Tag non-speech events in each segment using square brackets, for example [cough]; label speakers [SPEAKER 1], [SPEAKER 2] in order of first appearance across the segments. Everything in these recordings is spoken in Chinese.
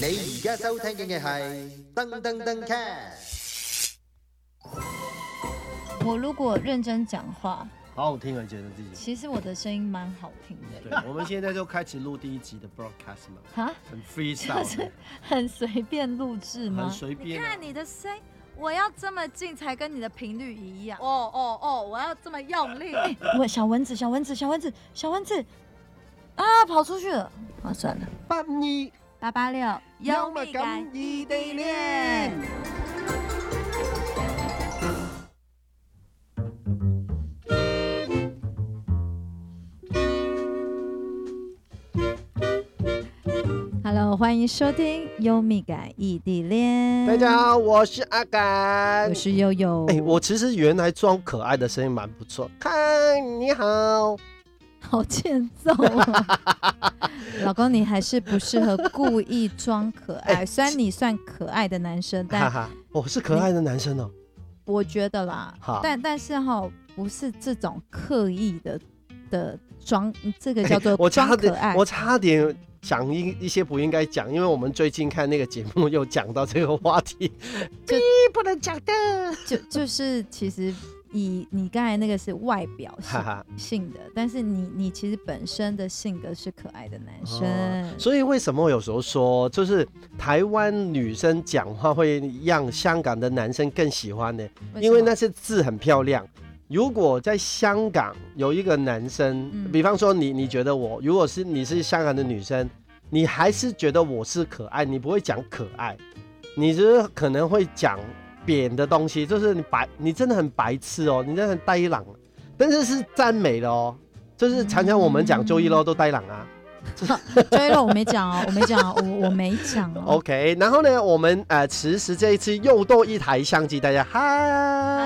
[SPEAKER 1] 你而家收聽嘅係噔噔噔 cast。
[SPEAKER 2] 我如果认真讲话，
[SPEAKER 3] 好好听啊，觉得自己。
[SPEAKER 2] 其实我的声音蛮好听的
[SPEAKER 3] 对，我们现在就开始录第一集的 broadcast 嘛，
[SPEAKER 2] 哈， [laughs]
[SPEAKER 3] 很
[SPEAKER 2] 就
[SPEAKER 3] freestyle，
[SPEAKER 2] 是
[SPEAKER 3] 的
[SPEAKER 2] 很随便录制
[SPEAKER 3] 很
[SPEAKER 2] 吗？
[SPEAKER 3] 随
[SPEAKER 4] 你
[SPEAKER 3] 便啊。
[SPEAKER 4] 看你的声音，我要这么近才跟你的频率一样。哦哦哦，我要这么用力。
[SPEAKER 2] 哎我小蚊子，小蚊子，小蚊子，小蚊子，啊，跑出去了。啊，算了，
[SPEAKER 3] 八二
[SPEAKER 4] 八八六，
[SPEAKER 3] 幽
[SPEAKER 4] 幽
[SPEAKER 3] 默
[SPEAKER 4] 默
[SPEAKER 3] 感
[SPEAKER 4] 感
[SPEAKER 3] 異
[SPEAKER 4] 异
[SPEAKER 3] 地
[SPEAKER 4] 地
[SPEAKER 3] 戀
[SPEAKER 4] 戀。Hello，欢迎收听《幽默感异地恋》。
[SPEAKER 3] 大家，好，我是阿甘
[SPEAKER 4] 我。是悠悠。
[SPEAKER 3] 哎、我其实原来装可爱的声音蛮不错。嗨，你好。
[SPEAKER 4] 好欠揍啊！老公，你还是不适合故意装可
[SPEAKER 3] [laughs] 哎
[SPEAKER 4] 爱。虽然你算可爱的男生，
[SPEAKER 3] 哈
[SPEAKER 4] 但
[SPEAKER 3] 哈，我、是可爱的男生哦、
[SPEAKER 4] 我觉得啦
[SPEAKER 3] 好，
[SPEAKER 4] 但但是哈，不是这种刻意的的装，这个叫
[SPEAKER 3] 哎
[SPEAKER 4] 做
[SPEAKER 3] 我
[SPEAKER 4] 装
[SPEAKER 3] 差
[SPEAKER 4] 可爱
[SPEAKER 3] 点，。我差点讲一一些不应该讲，因为我们最近看那个节目又讲到这个话题，
[SPEAKER 4] 就
[SPEAKER 3] 咦不能讲的。
[SPEAKER 4] 就就是其实以你刚才那个是外表
[SPEAKER 3] 哈
[SPEAKER 4] 性
[SPEAKER 3] 哈。
[SPEAKER 4] 性的，但是你你其实本身的性格是可爱的男生。
[SPEAKER 3] 哦所以为什么有时候说，就是台湾女生讲话会让香港的男生更喜欢呢？
[SPEAKER 4] 什么
[SPEAKER 3] 因为那些字很漂亮。如果在香港有一个男生，
[SPEAKER 4] 嗯
[SPEAKER 3] 比方说你，你觉得我，如果是你是香港的女生，你还是觉得我是可爱，你不会讲可爱，你就是可能会讲扁的东西，就是你白，你真的很白痴哦，你真的很呆郎，但是是赞美的哦，就是常常我们讲周一咯都呆郎啊。
[SPEAKER 4] 对了，我没讲哦，我没讲哦，我我没讲哦。
[SPEAKER 3] [laughs] OK，然后呢，我们呃，其实这一次又多一台相机，大家嗨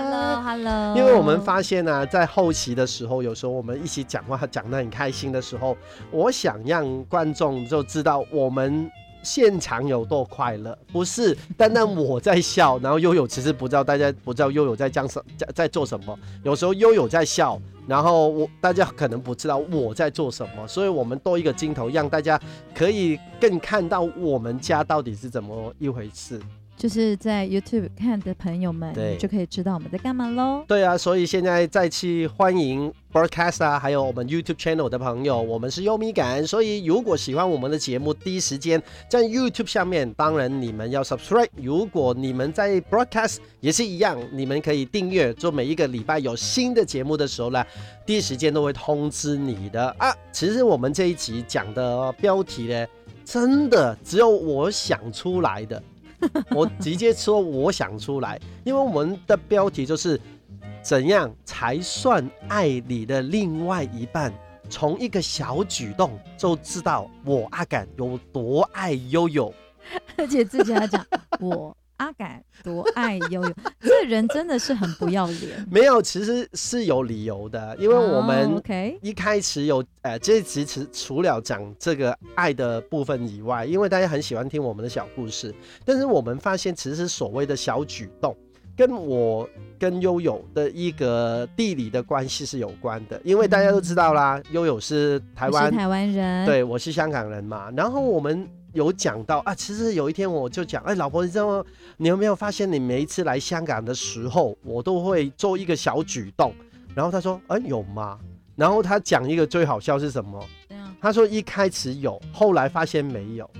[SPEAKER 4] Hello，Hello，
[SPEAKER 3] 因为我们发现呢、在后期的时候，有时候我们一起讲话讲得很开心的时候，我想让观众就知道我们现场有多快乐，不是单单我在笑，然后悠悠其实不知道大家不知道悠悠在讲什在在做什么，有时候悠悠在笑，然后我大家可能不知道我在做什么，所以我们多一个镜头，让大家可以更看到我们家到底是怎么一回事。
[SPEAKER 4] 就是在 YouTube 看的朋友们，
[SPEAKER 3] 对
[SPEAKER 4] 你就可以知道我们在干嘛喽。
[SPEAKER 3] 对啊，所以现在再次欢迎 Broadcast 啊，还有我们 YouTube channel 的朋友，我们是优米感，所以如果喜欢我们的节目，第一时间在 YouTube 下面，当然你们要 subscribe。如果你们在 Broadcast 也是一样，你们可以订阅，做每一个礼拜有新的节目的时候呢，第一时间都会通知你的啊。其实我们这一集讲的标题呢，真的只有我想出来的。我直接说我想出来，因为我们的标题就是怎样才算爱你的另外一半？从一个小举动就知道我阿感有多爱悠悠。
[SPEAKER 4] [laughs] 而且自己还讲我阿敢多爱悠悠，这人真的是很不要脸。
[SPEAKER 3] 没有，其实是有理由的，因为我
[SPEAKER 4] 哦
[SPEAKER 3] 们
[SPEAKER 4] OK，
[SPEAKER 3] 一开始有呃，这一集除除了讲这个爱的部分以外，因为大家很喜欢听我们的小故事，但是我们发现其实所谓的小举动，跟我跟悠悠的一个地理的关系是有关的，因为大家都知道啦，悠悠嗯是台
[SPEAKER 4] 我是
[SPEAKER 3] 湾
[SPEAKER 4] 台湾人，，
[SPEAKER 3] 对，我是香港人嘛。然后我们有讲到啊，其实有一天我就讲，哎，老婆，你知道吗？你有没有发现，你每一次来香港的时候，我都会做一个小举动。然后他说，哎，有吗？然后他讲一个最好笑是什么？
[SPEAKER 4] 这样
[SPEAKER 3] 他说一开始有，后来发现没有。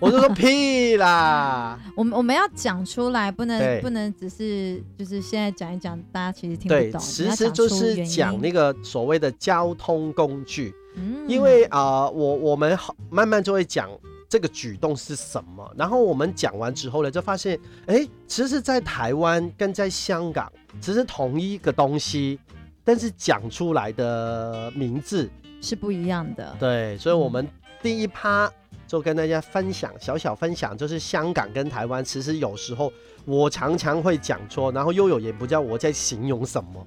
[SPEAKER 3] 我就说屁啦，
[SPEAKER 4] 我们我们要讲出来，不
[SPEAKER 3] 对
[SPEAKER 4] 能不能只是就是现在讲一讲，大家其实 [laughs] 听
[SPEAKER 3] 对
[SPEAKER 4] 不，懂。
[SPEAKER 3] 其实就是讲
[SPEAKER 4] 那，
[SPEAKER 3] 那个所谓的交通工具。
[SPEAKER 4] 嗯
[SPEAKER 3] 因为啊、呃我我们好慢慢就会讲这个举动是什么，然后我们讲完之后呢，就发现，哎，其实，在台湾跟在香港，其实同一个东西，但是讲出来的名字，
[SPEAKER 4] 是不一样的。
[SPEAKER 3] 对，所以我们第一趴就跟大家分享，小小分享，就是香港跟台湾，其实有时候我常常会讲错，然后又有也不知道我在形容什么，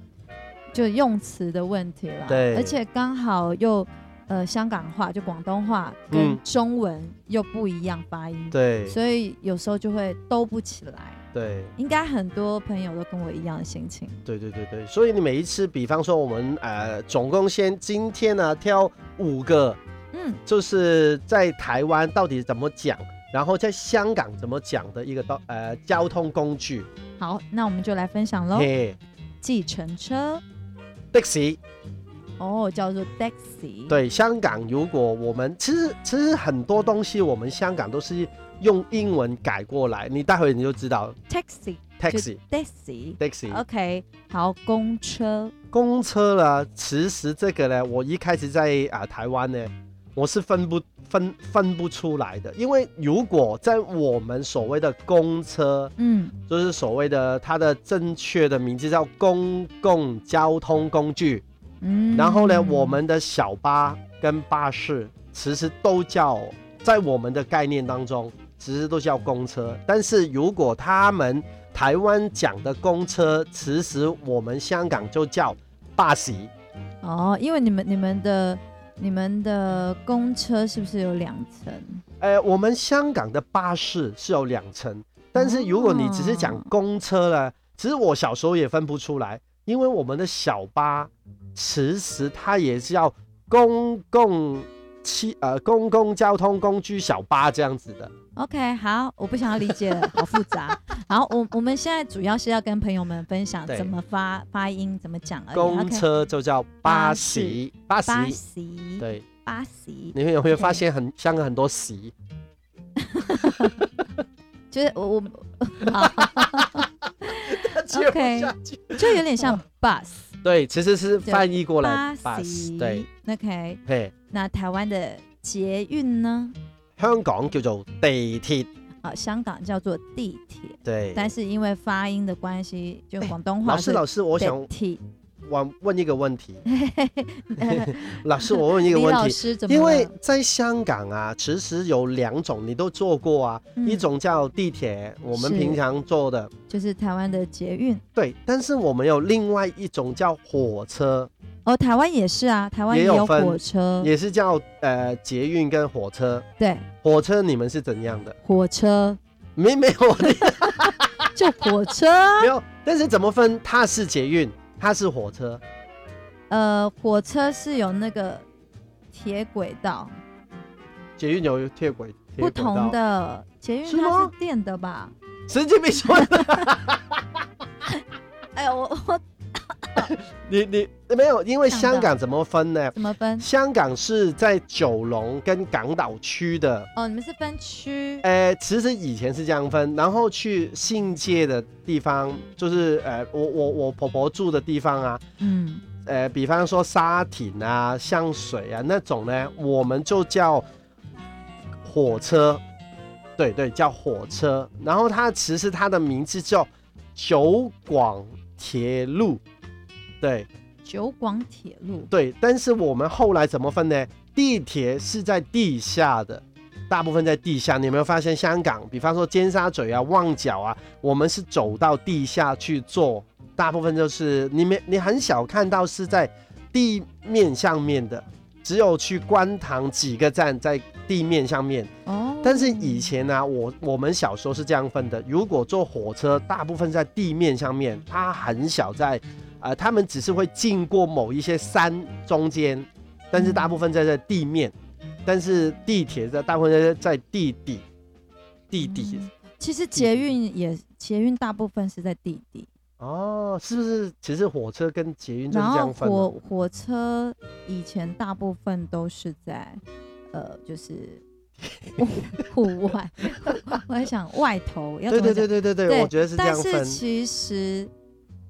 [SPEAKER 4] 就用词的问题啦。
[SPEAKER 3] 对
[SPEAKER 4] 而且刚好又呃香港话就广东话
[SPEAKER 3] 嗯
[SPEAKER 4] 跟中文又不一样发音，
[SPEAKER 3] 对
[SPEAKER 4] 所以有时候就会兜不起来。
[SPEAKER 3] 对。
[SPEAKER 4] 应该很多朋友都跟我一样的心情。
[SPEAKER 3] 对对对对，所以你每一次，比方说我们呃，总共先今天呢、挑五个，
[SPEAKER 4] 嗯，
[SPEAKER 3] 就是在台湾到底怎么讲，然后在香港怎么讲的一个道呃交通工具，
[SPEAKER 4] 好，那我们就来分享喽。
[SPEAKER 3] 嘿，
[SPEAKER 4] 计程车
[SPEAKER 3] 的士。
[SPEAKER 4] 哦，叫做 taxi。，
[SPEAKER 3] 对，香港如果我们其实其实很多东西我们香港都是用英文改过来，你待会你就知道
[SPEAKER 4] taxi 就
[SPEAKER 3] taxi
[SPEAKER 4] taxi。
[SPEAKER 3] taxi。
[SPEAKER 4] OK，好，公车
[SPEAKER 3] 公车呢，其实这个呢，我一开始在啊、台湾呢，我是分不分分不出来的，因为如果在我们所谓的公车，
[SPEAKER 4] 嗯，
[SPEAKER 3] 就是所谓的它的正确的名字叫公共交通工具，
[SPEAKER 4] 嗯，
[SPEAKER 3] 然后呢，我们的小巴跟巴士其实都叫，在我们的概念当中，其实都叫公车。但是如果他们台湾讲的公车，其实我们香港就叫巴士。
[SPEAKER 4] 哦，因为你们你们的你们的公车是不是有两层？
[SPEAKER 3] 呃，我们香港的巴士是有两层，但是如果你只是讲
[SPEAKER 4] 哦
[SPEAKER 3] 公车呢，其实我小时候也分不出来，因为我们的小巴其实它也是要公共汽呃公共交通工具小巴这样子的。
[SPEAKER 4] OK，好，我不想要理
[SPEAKER 3] [laughs]
[SPEAKER 4] 解了，好复杂。好，我我们现在主要是要跟朋友们分享
[SPEAKER 3] 对
[SPEAKER 4] 怎么发发音，怎么讲而已。
[SPEAKER 3] 公
[SPEAKER 4] o
[SPEAKER 3] 车就叫巴士，巴
[SPEAKER 4] k 巴
[SPEAKER 3] 士。
[SPEAKER 4] 士，
[SPEAKER 3] 对，
[SPEAKER 4] 巴士，
[SPEAKER 3] 你们有没有
[SPEAKER 4] OK
[SPEAKER 3] 发现很香港很多席？
[SPEAKER 4] 就是我 [laughs] 我好，
[SPEAKER 3] 接不
[SPEAKER 4] OK
[SPEAKER 3] 下去
[SPEAKER 4] 就有点像 bus
[SPEAKER 3] 对，其实是
[SPEAKER 4] 对
[SPEAKER 3] 翻译过来
[SPEAKER 4] 巴
[SPEAKER 3] 巴士。对
[SPEAKER 4] 士，。OK，
[SPEAKER 3] 嘿，
[SPEAKER 4] 那台湾的捷运呢？
[SPEAKER 3] 香港叫做地铁。
[SPEAKER 4] 啊，香港叫做地铁，
[SPEAKER 3] 对，
[SPEAKER 4] 但是因为发音的关系，就
[SPEAKER 3] 哎
[SPEAKER 4] 广东话
[SPEAKER 3] 老师，
[SPEAKER 4] 是
[SPEAKER 3] 老师，我想
[SPEAKER 4] 铁。
[SPEAKER 3] 我问一个问
[SPEAKER 4] [laughs]
[SPEAKER 3] 题，老师，我问一个
[SPEAKER 4] 李
[SPEAKER 3] 问
[SPEAKER 4] 老
[SPEAKER 3] 题，
[SPEAKER 4] 师怎么了？
[SPEAKER 3] 因为在香港啊，其实有两种你都坐过啊，
[SPEAKER 4] 嗯
[SPEAKER 3] 一种叫地铁，我们
[SPEAKER 4] 是
[SPEAKER 3] 平常坐的，
[SPEAKER 4] 就是台湾的捷运
[SPEAKER 3] 对，但是我们有另外一种叫火车，
[SPEAKER 4] 哦，台湾也是啊，台湾
[SPEAKER 3] 也有
[SPEAKER 4] 有
[SPEAKER 3] 分
[SPEAKER 4] 火车，
[SPEAKER 3] 也是叫呃捷运跟火车。
[SPEAKER 4] 对，
[SPEAKER 3] 火车你们是怎样的？
[SPEAKER 4] 火车
[SPEAKER 3] 没没有
[SPEAKER 4] 就火
[SPEAKER 3] [laughs]
[SPEAKER 4] 车啊，[laughs]
[SPEAKER 3] 没有，但是怎么分？它是捷运，它是火车，
[SPEAKER 4] 呃，火车是有那个铁轨道，
[SPEAKER 3] 捷运有铁轨，铁
[SPEAKER 4] 不
[SPEAKER 3] 轨道
[SPEAKER 4] 同，的捷运
[SPEAKER 3] 是吗
[SPEAKER 4] 它是电的吧？
[SPEAKER 3] 神经病说的，
[SPEAKER 4] 哎呦，我 [laughs] 我
[SPEAKER 3] 你你呃没有，因为
[SPEAKER 4] 想
[SPEAKER 3] 香
[SPEAKER 4] 到
[SPEAKER 3] 港怎么分呢？
[SPEAKER 4] 怎么分？
[SPEAKER 3] 香港是在九龙跟港岛区的，
[SPEAKER 4] 哦，你们是分区
[SPEAKER 3] 呃，其实以前是这样分，然后去信界的地方，就是呃，我我我婆婆住的地方啊，
[SPEAKER 4] 嗯，
[SPEAKER 3] 呃，比方说沙田啊、香水啊那种呢，我们就叫火车，对对，叫火车。然后它其实它的名字叫九广铁路，对，
[SPEAKER 4] 九广铁路。
[SPEAKER 3] 对，但是我们后来怎么分呢？地铁是在地下的，大部分在地下。你有没有发现香港，比方说尖沙咀啊、旺角啊，我们是走到地下去坐，大部分就是你没你很少看到是在地面上面的，只有去观塘几个站在地面上面。
[SPEAKER 4] 哦，
[SPEAKER 3] 但是以前呢、我我们小时候是这样分的，如果坐火车，大部分在地面上面，它很少在，呃，他们只是会经过某一些山中间，但
[SPEAKER 4] 嗯
[SPEAKER 3] 是大部分在在地面，但是地铁在大部分在在地底，地底、
[SPEAKER 4] 嗯其实捷运也捷运大部分是在地底，
[SPEAKER 3] 哦，是不是？其实火车跟捷运就是
[SPEAKER 4] 然
[SPEAKER 3] 这
[SPEAKER 4] 后
[SPEAKER 3] 样分
[SPEAKER 4] 火
[SPEAKER 3] 的，
[SPEAKER 4] 火车以前大部分都是在，呃，就是户户 [laughs] 外，我在想外头要
[SPEAKER 3] 对
[SPEAKER 4] 怎么讲
[SPEAKER 3] 对对对对对，
[SPEAKER 4] 对
[SPEAKER 3] 我觉得是这
[SPEAKER 4] 但
[SPEAKER 3] 样
[SPEAKER 4] 是
[SPEAKER 3] 分，
[SPEAKER 4] 其实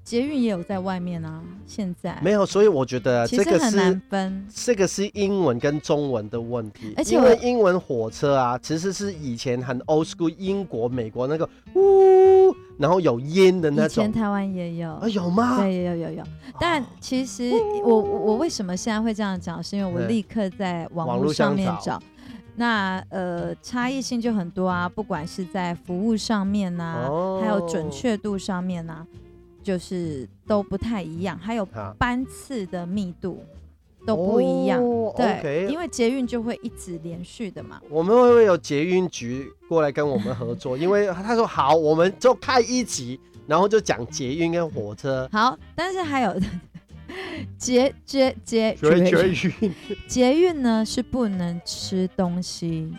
[SPEAKER 4] 捷运也有在外面啊，现在
[SPEAKER 3] 没有，所以我觉得
[SPEAKER 4] 其
[SPEAKER 3] 这
[SPEAKER 4] 实
[SPEAKER 3] 个
[SPEAKER 4] 很
[SPEAKER 3] 是
[SPEAKER 4] 难分。
[SPEAKER 3] 这个是英文跟中文的问题，
[SPEAKER 4] 而且
[SPEAKER 3] 因
[SPEAKER 4] 我
[SPEAKER 3] 为英文火车啊，其实是以前很 old school 英国、美国那个呜，然后有烟的那
[SPEAKER 4] 以前
[SPEAKER 3] 种
[SPEAKER 4] 台湾也有
[SPEAKER 3] 啊，，有吗？
[SPEAKER 4] 对，也有有有。但其实我我我为什么现在会这样讲，是因为我
[SPEAKER 3] 对
[SPEAKER 4] 立刻在网
[SPEAKER 3] 网
[SPEAKER 4] 络
[SPEAKER 3] 络
[SPEAKER 4] 上
[SPEAKER 3] 上
[SPEAKER 4] 面
[SPEAKER 3] 找
[SPEAKER 4] 找。那呃，差异性就很多啊，不管是在服务上面呐、啊
[SPEAKER 3] 哦
[SPEAKER 4] 还有准确度上面呐、就是都不太一样，还有
[SPEAKER 3] 啊
[SPEAKER 4] 班次的密度都不一样。
[SPEAKER 3] 哦、
[SPEAKER 4] 对
[SPEAKER 3] OK，
[SPEAKER 4] 因为捷运就会一直连续的嘛。
[SPEAKER 3] 我们会不会有捷运局过来跟我们合作？因为他说好，我们就开一集，然后就讲捷运跟火车。
[SPEAKER 4] 好，但是还有捷捷捷
[SPEAKER 3] 捷
[SPEAKER 4] 捷
[SPEAKER 3] 捷运，
[SPEAKER 4] 捷运呢是不能吃东西，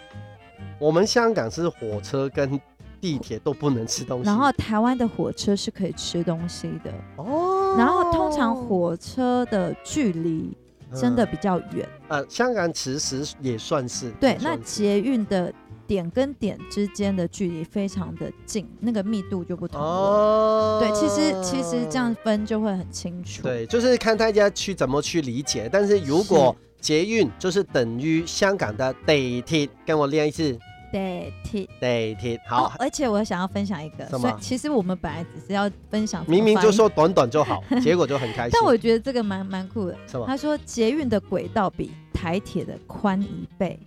[SPEAKER 3] 我们香港是火车跟地铁都不能吃东西，
[SPEAKER 4] 然后台湾的火车是可以吃东西的，
[SPEAKER 3] 哦，
[SPEAKER 4] 然后通常火车的距离
[SPEAKER 3] 哦
[SPEAKER 4] 真的比较远。
[SPEAKER 3] 嗯呃，香港其实也算是
[SPEAKER 4] 对
[SPEAKER 3] 也，
[SPEAKER 4] 那
[SPEAKER 3] 算是
[SPEAKER 4] 捷运的点跟点之间的距离非常的近，那个密度就不同了。
[SPEAKER 3] 哦，
[SPEAKER 4] 对，其实其实这样分就会很清楚。
[SPEAKER 3] 对，就是看大家去怎么去理解。但是如果捷运就是等于香港的地铁，跟我练一次
[SPEAKER 4] 对，体
[SPEAKER 3] 地铁。好，
[SPEAKER 4] 哦，而且我想要分享一个，
[SPEAKER 3] 什
[SPEAKER 4] 所以
[SPEAKER 3] 么
[SPEAKER 4] 其实我们本来只是要分享，
[SPEAKER 3] [laughs] 明明就，说短短就好，结果就很开心。
[SPEAKER 4] 但我觉得这个蛮蛮酷的。
[SPEAKER 3] 什么？
[SPEAKER 4] 他说捷运的轨道比台铁的宽一倍，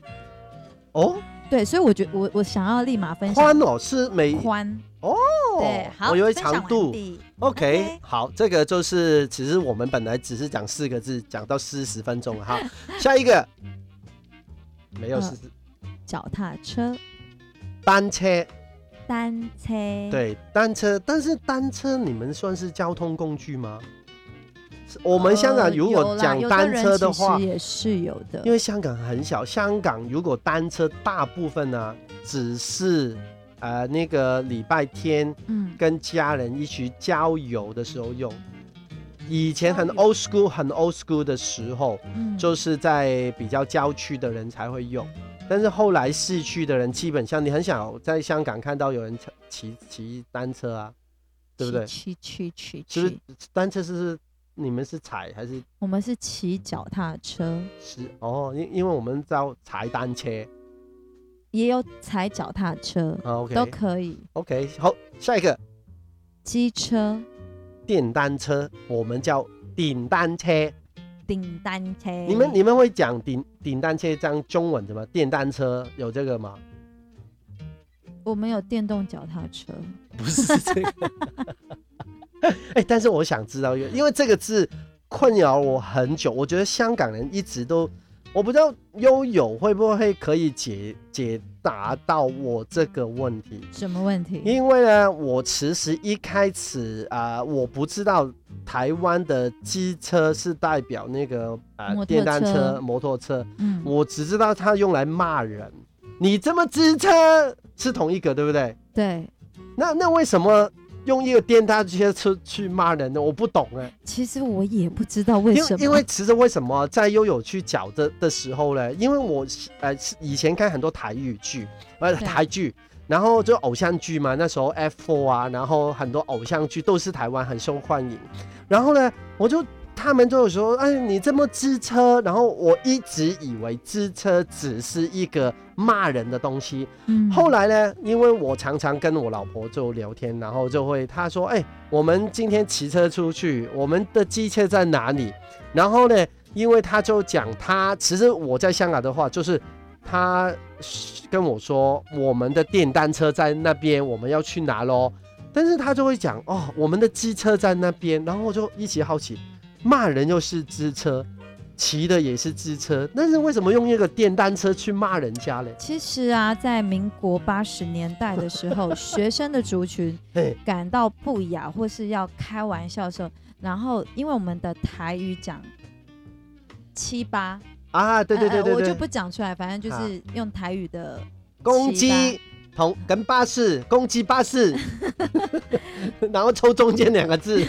[SPEAKER 3] 哦，
[SPEAKER 4] 对，所以我觉得我我想要立马分享
[SPEAKER 3] 宽哦，是每
[SPEAKER 4] 宽，
[SPEAKER 3] 哦
[SPEAKER 4] 对，好，
[SPEAKER 3] 我以为
[SPEAKER 4] 分享
[SPEAKER 3] 长
[SPEAKER 4] 完
[SPEAKER 3] 度。
[SPEAKER 4] 毕
[SPEAKER 3] OK，
[SPEAKER 4] OK
[SPEAKER 3] 好，这个就是其实我们本来只是讲四个字，讲到四十分钟
[SPEAKER 4] [laughs]
[SPEAKER 3] 了哈。下一个没有
[SPEAKER 4] 嗯
[SPEAKER 3] 四十，
[SPEAKER 4] 脚踏车、
[SPEAKER 3] 单车
[SPEAKER 4] 嗯单车，，
[SPEAKER 3] 对单车，但是单车你们算是交通工具吗？是我们香
[SPEAKER 4] 呃
[SPEAKER 3] 港如果讲单车的话，
[SPEAKER 4] 也是有的，
[SPEAKER 3] 因为香港很小，香港如果单车大部分呢、只是呃那个礼拜天
[SPEAKER 4] 嗯，
[SPEAKER 3] 跟家人一起郊游的时候用。以前很 old school 很 old school 的时候，
[SPEAKER 4] 嗯
[SPEAKER 3] 就是在比较郊区的人才会用，但是后来市区的人基本上你很少在香港看到有人骑骑骑单车啊，对不对？
[SPEAKER 4] 骑骑骑
[SPEAKER 3] 就
[SPEAKER 4] 骑
[SPEAKER 3] 是
[SPEAKER 4] 骑，
[SPEAKER 3] 单车是不是你们是踩还是
[SPEAKER 4] 我们是骑脚踏车，
[SPEAKER 3] 是哦？因因为我们叫踩单车
[SPEAKER 4] 也有踩脚踏车，
[SPEAKER 3] 啊
[SPEAKER 4] 都
[SPEAKER 3] ，OK
[SPEAKER 4] 可以，
[SPEAKER 3] OK，好，下一个
[SPEAKER 4] 机车、
[SPEAKER 3] 电单车，我们叫电单车。
[SPEAKER 4] 顶单车，
[SPEAKER 3] 你们你们会讲顶顶单车讲中文的吗？电单车有这个吗？
[SPEAKER 4] 我们有电动脚踏车，
[SPEAKER 3] 不是这个。 [laughs] 哎、但是我想知道一个，因为这个字困扰我很久，我觉得香港人一直都，我不知道悠友会不会可以解解答到我这个问题。
[SPEAKER 4] 什么问题？
[SPEAKER 3] 因为呢，我其实一开始啊、呃我不知道台湾的机车是代表那个
[SPEAKER 4] 摩托
[SPEAKER 3] 呃电单车、
[SPEAKER 4] 车
[SPEAKER 3] 摩托车，
[SPEAKER 4] 嗯，
[SPEAKER 3] 我只知道它用来骂人。你这么机车是同一个，对不对？
[SPEAKER 4] 对，
[SPEAKER 3] 那那为什么用一个电单车去去骂人呢？我不懂哎、
[SPEAKER 4] 其实我也不知道为
[SPEAKER 3] 因
[SPEAKER 4] 什
[SPEAKER 3] 为
[SPEAKER 4] 么，
[SPEAKER 3] 因为其实为什么在悠悠去讲的的时候呢？因为我呃以前看很多台语剧，呃
[SPEAKER 4] 对
[SPEAKER 3] 台剧，然后就偶像剧嘛，那时候 F four 啊，然后很多偶像剧都是台湾很受欢迎。然后呢，我就他们就有说，哎，你这么支车，然后我一直以为支车只是一个骂人的东西，
[SPEAKER 4] 嗯
[SPEAKER 3] 后来呢，因为我常常跟我老婆就聊天，然后就会她说：“哎、我们今天骑车出去，我们的机车在哪里？”然后呢，因为她就讲她其实我在香港的话，就是她跟我说我们的电单车在那边，我们要去拿咯。但是她就会讲哦，我们的机车在那边，然后我就一起好奇，骂人又是机车，骑的也是机车，但是为什么用一个电单车去骂人家嘞？
[SPEAKER 4] 其实啊，在民国八十年代的时
[SPEAKER 3] [laughs]
[SPEAKER 4] 候，学生的族群
[SPEAKER 3] 嘿。
[SPEAKER 4] 感到不雅或是要开玩笑的时候，然后因为我们的台语讲七八，
[SPEAKER 3] 啊，对对
[SPEAKER 4] 呃
[SPEAKER 3] 对
[SPEAKER 4] 呃
[SPEAKER 3] 对
[SPEAKER 4] 我就
[SPEAKER 3] 对，
[SPEAKER 4] 不讲出来，反正就
[SPEAKER 3] 啊
[SPEAKER 4] 是用台语的，
[SPEAKER 3] 公
[SPEAKER 4] 骑
[SPEAKER 3] 鸡同跟巴士，公鸡巴士，然后抽中间两个字，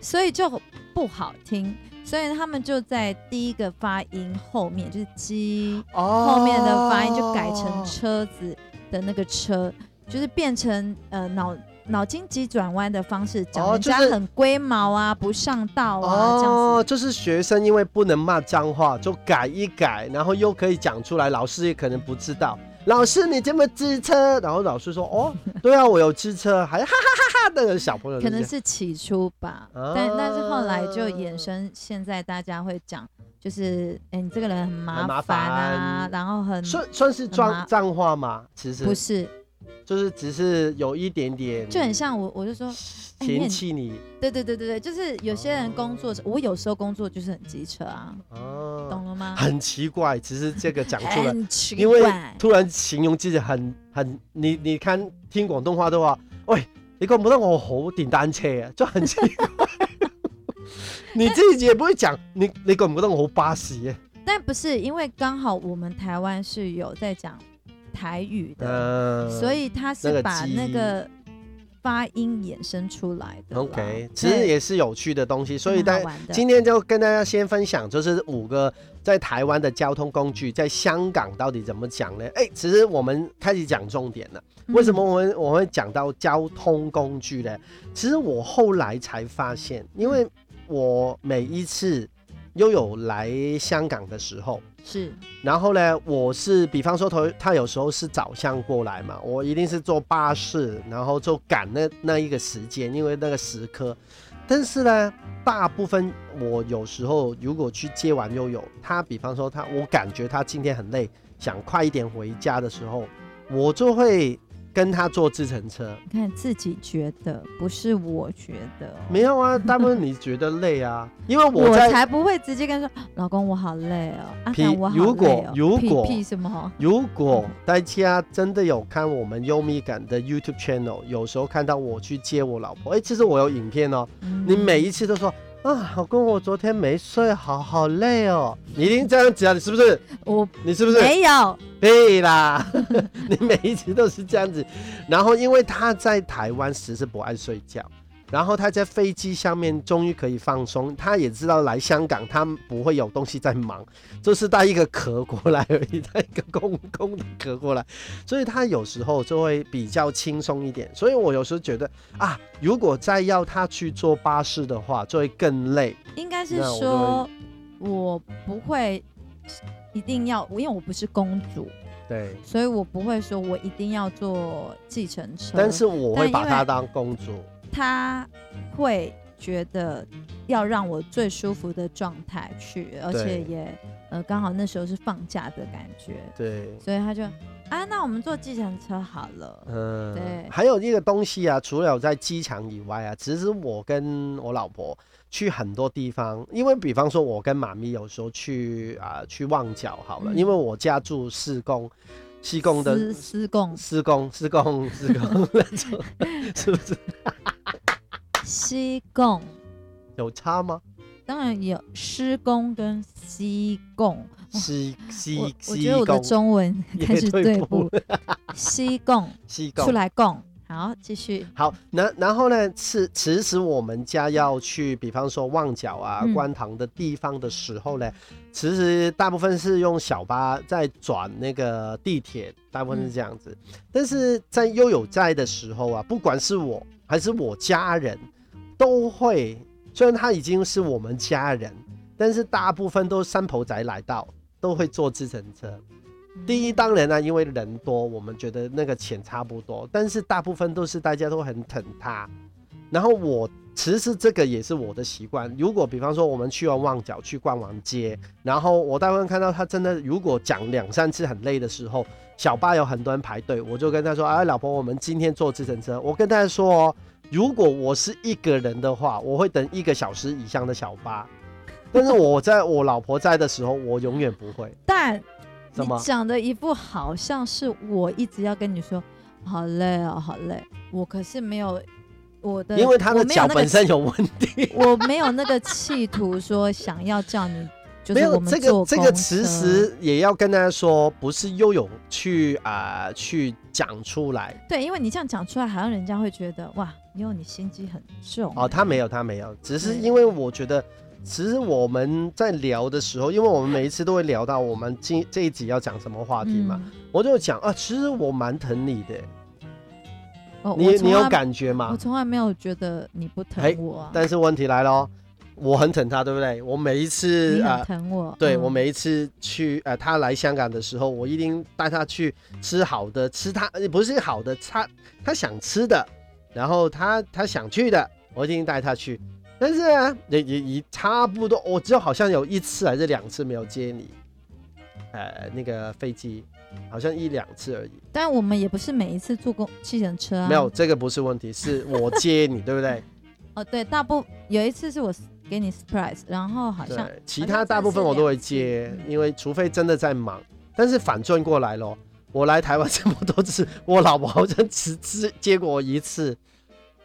[SPEAKER 4] 所以就不好听，所以他们就在第一个发音后面就是鸡
[SPEAKER 3] 哦
[SPEAKER 4] 后面的发音就改成车子的那个
[SPEAKER 3] 哦
[SPEAKER 4] 车，就是变成呃脑脑筋急转弯的方式讲
[SPEAKER 3] 哦
[SPEAKER 4] 人家
[SPEAKER 3] 就是
[SPEAKER 4] 很龟毛啊，不上道啊、
[SPEAKER 3] 哦，
[SPEAKER 4] 这样子。
[SPEAKER 3] 就是学生因为不能骂脏话，就改一改，然后又可以讲出来，老师也可能不知道。老师，你这么支车，然后老师说：“哦，对啊，我有支车。”还哈哈哈哈的小朋友就
[SPEAKER 4] 可
[SPEAKER 3] 这
[SPEAKER 4] 能
[SPEAKER 3] 样，
[SPEAKER 4] 是起初吧，
[SPEAKER 3] 哦
[SPEAKER 4] 但但是后来就衍生，现在大家会讲，就是哎、你这个人很
[SPEAKER 3] 很麻
[SPEAKER 4] 麻
[SPEAKER 3] 烦
[SPEAKER 4] 烦啊，然后很
[SPEAKER 3] 算算是
[SPEAKER 4] 很
[SPEAKER 3] 脏
[SPEAKER 4] 麻
[SPEAKER 3] 脏话嘛？其实
[SPEAKER 4] 不是，
[SPEAKER 3] 就是只是有一点点，
[SPEAKER 4] 就很像我，我就说，哎你
[SPEAKER 3] 嫌
[SPEAKER 4] 很
[SPEAKER 3] 弃你
[SPEAKER 4] 对对对对对，就是有些人工作，我有时候工作就是很机车啊，
[SPEAKER 3] 哦。
[SPEAKER 4] 懂了吗？
[SPEAKER 3] 很奇怪，其实这个讲出来，
[SPEAKER 4] 啊很奇
[SPEAKER 3] 因为
[SPEAKER 4] 怪，
[SPEAKER 3] [laughs] 突然形容自己很很，你你看听廣東話都話，喂，你覺唔覺得我好電單車啊？就很奇
[SPEAKER 4] [laughs]
[SPEAKER 3] 怪。你自己也不會講，你你覺唔覺得我好巴士啊？
[SPEAKER 4] 但不是因为刚好我们台湾是有在讲台语的，
[SPEAKER 3] 嗯，
[SPEAKER 4] 所以他
[SPEAKER 3] 那
[SPEAKER 4] 是
[SPEAKER 3] 个
[SPEAKER 4] 把那
[SPEAKER 3] 鸡
[SPEAKER 4] 个发音衍生出来的啦。
[SPEAKER 3] OK，其实
[SPEAKER 4] 对啊
[SPEAKER 3] 也是有趣的东西，所以
[SPEAKER 4] 蛮好
[SPEAKER 3] 大家
[SPEAKER 4] 玩的
[SPEAKER 3] 今天就跟大家先分享，就是五个在台湾的交通工具，在香港到底怎么讲呢？哎，其实我们开始讲重点了。为
[SPEAKER 4] 嗯
[SPEAKER 3] 什么我们我会讲到交通工具呢？其实我后来才发现，因为我每一次又有来香港的时候，
[SPEAKER 4] 嗯是
[SPEAKER 3] 然后呢，我是比方说头，他有时候是早上过来嘛，我一定是坐巴士，然后就赶那那一个时间，因为那个时刻。但是呢，大部分我有时候如果去接完悠悠，他比方说他，我感觉他今天很累，想快一点回家的时候，我就会跟他坐自程车。
[SPEAKER 4] 你看自己觉得，不是我觉得哦。
[SPEAKER 3] 没有啊，大部分你觉得累啊，因为
[SPEAKER 4] 我
[SPEAKER 3] 在
[SPEAKER 4] 才不会直接跟他说，老公我好累哦，阿
[SPEAKER 3] 屁
[SPEAKER 4] 南我好累哦，
[SPEAKER 3] 如果如
[SPEAKER 4] 屁
[SPEAKER 3] 果
[SPEAKER 4] 屁什么？哦
[SPEAKER 3] 如果大家真的有看我们优米感的 YouTube channel，有时候看到我去接我老婆，哎，其实我有影片哦。你
[SPEAKER 4] 你
[SPEAKER 3] 每一次都说啊，老公，我昨天没睡好，好累哦。你一定这样子啊，你是不是？
[SPEAKER 4] 我
[SPEAKER 3] 你是不是？
[SPEAKER 4] 没有，
[SPEAKER 3] 对啦， [laughs] 你每一集都是这样子。然后因为他在台湾时是不爱睡觉，然后他在飞机上面终于可以放松，他也知道来香港他不会有东西在忙，就是带一个壳过来而已，带一个空空的壳过来，所以他有时候就会比较轻松一点。所以我有时候觉得啊，如果再要他去坐巴士的话，就会更累。
[SPEAKER 4] 应该是
[SPEAKER 3] 那我
[SPEAKER 4] 说我不会一定要，因为我不是公主，
[SPEAKER 3] 对，
[SPEAKER 4] 所以我不会说我一定要坐计程车，
[SPEAKER 3] 但是我会
[SPEAKER 4] 但
[SPEAKER 3] 把
[SPEAKER 4] 因
[SPEAKER 3] 她
[SPEAKER 4] 为
[SPEAKER 3] 当公主。
[SPEAKER 4] 他会觉得要让我最舒服的状态去，而且
[SPEAKER 3] 对
[SPEAKER 4] 也呃刚好那时候是放假的感觉，
[SPEAKER 3] 对。
[SPEAKER 4] 所以他就啊，那我们坐计程车好了。
[SPEAKER 3] 嗯，
[SPEAKER 4] 对
[SPEAKER 3] 还有一个东西啊，除了有在机场以外啊，其实我跟我老婆去很多地方，因为比方说，我跟妈咪有时候去啊、去旺角好了，
[SPEAKER 4] 嗯
[SPEAKER 3] 因为我家住四宫，西贡的
[SPEAKER 4] 私私共
[SPEAKER 3] 四宫
[SPEAKER 4] [laughs]
[SPEAKER 3] 四宫四宫那种，是不是
[SPEAKER 4] 西贡，
[SPEAKER 3] 有差吗？
[SPEAKER 4] 当然有施工跟西贡。
[SPEAKER 3] 西
[SPEAKER 4] 我
[SPEAKER 3] 西
[SPEAKER 4] 我觉得
[SPEAKER 3] 西
[SPEAKER 4] 我的
[SPEAKER 3] 贡
[SPEAKER 4] 中文
[SPEAKER 3] 也
[SPEAKER 4] 开始
[SPEAKER 3] 退
[SPEAKER 4] 对
[SPEAKER 3] 步
[SPEAKER 4] 不，西
[SPEAKER 3] [laughs]
[SPEAKER 4] 贡
[SPEAKER 3] 西
[SPEAKER 4] 出
[SPEAKER 3] 贡。
[SPEAKER 4] 来贡，好继续。
[SPEAKER 3] 好，然然后呢，是其实我们家要去，比方说旺角啊、
[SPEAKER 4] 嗯
[SPEAKER 3] 观塘的地方的时候呢，其实大部分是用小巴在转那个地铁，大部分是这样子。但是在悠悠在的时候啊，不管是我还是我家人，都会虽然他已经是我们家人，但是大部分都三头仔来到，都会坐自行车。第一，当然啊啦、因为人多，我们觉得那个钱差不多，但是大部分都是大家都很疼他。然后我其实这个也是我的习惯。如果比方说我们去完旺角去逛完街，然后我大部分看到他真的如果讲两三次很累的时候，小巴有很多人排队，我就跟他说：“哎，老婆，我们今天坐自行车。”我跟他说、哦，如果我是一个人的话，我会等一个小时以上的小 [laughs] 巴。但是我在我老婆在的时候，我永远不会。
[SPEAKER 4] 但
[SPEAKER 3] 怎
[SPEAKER 4] 你
[SPEAKER 3] 么
[SPEAKER 4] 讲的一副好像是我一直要跟你说，好累哦，好累。我可是没有我的，
[SPEAKER 3] 因为他
[SPEAKER 4] 我
[SPEAKER 3] 的
[SPEAKER 4] 没有
[SPEAKER 3] 脚
[SPEAKER 4] 那个
[SPEAKER 3] 本身
[SPEAKER 4] 气，
[SPEAKER 3] 有问题。
[SPEAKER 4] 我没有那个企图说想要叫你，就
[SPEAKER 3] 没
[SPEAKER 4] 是
[SPEAKER 3] 有
[SPEAKER 4] 我们
[SPEAKER 3] 这个
[SPEAKER 4] 坐
[SPEAKER 3] 这个
[SPEAKER 4] 公
[SPEAKER 3] 其
[SPEAKER 4] 车
[SPEAKER 3] 实也要跟大家说，不是悠悠去啊、去讲出来
[SPEAKER 4] 对，因为你这样讲出来，好像人家会觉得哇，哟，你心机很重欸
[SPEAKER 3] 哦，他没有他没有，只是
[SPEAKER 4] 对
[SPEAKER 3] 因为我觉得，其实我们在聊的时候，因为我们每一次都会聊到我们今这一集要讲什么话题嘛，
[SPEAKER 4] 嗯
[SPEAKER 3] 我就讲啊，其实我蛮疼你的，
[SPEAKER 4] 哦
[SPEAKER 3] 你
[SPEAKER 4] 我从
[SPEAKER 3] 你有
[SPEAKER 4] 来？
[SPEAKER 3] 感觉吗
[SPEAKER 4] 我？从来没有觉得你不疼
[SPEAKER 3] 哎
[SPEAKER 4] 我啊，
[SPEAKER 3] 但是问题来咯，我很疼他，对不对？我每一次
[SPEAKER 4] 你
[SPEAKER 3] 啊、
[SPEAKER 4] 很疼我。
[SPEAKER 3] 对
[SPEAKER 4] 嗯
[SPEAKER 3] 我每一次去呃，他来香港的时候，我一定带他去吃好的，吃他呃不是好的，他他想吃的，然后他他想去的，我一定带他去。但是啊呢，也也也差不多，我只有好像有一次还是两次没有接你，呃，那个飞机好像一两次而已。
[SPEAKER 4] 但我们也不是每一次坐公计程车啊。
[SPEAKER 3] 没有，这个不是问题，是我接你，对不对？
[SPEAKER 4] 哦，对，大部有一次是我给你 surprise，然后好像
[SPEAKER 3] 对，其
[SPEAKER 4] 好
[SPEAKER 3] 他
[SPEAKER 4] 像
[SPEAKER 3] 大
[SPEAKER 4] 真
[SPEAKER 3] 部分
[SPEAKER 4] 是
[SPEAKER 3] 我都会
[SPEAKER 4] 两次
[SPEAKER 3] 接，
[SPEAKER 4] 嗯
[SPEAKER 3] 因为除非真的在忙。但是反转过来咯，我来台湾这么多次，我老婆好像只只接过我一次，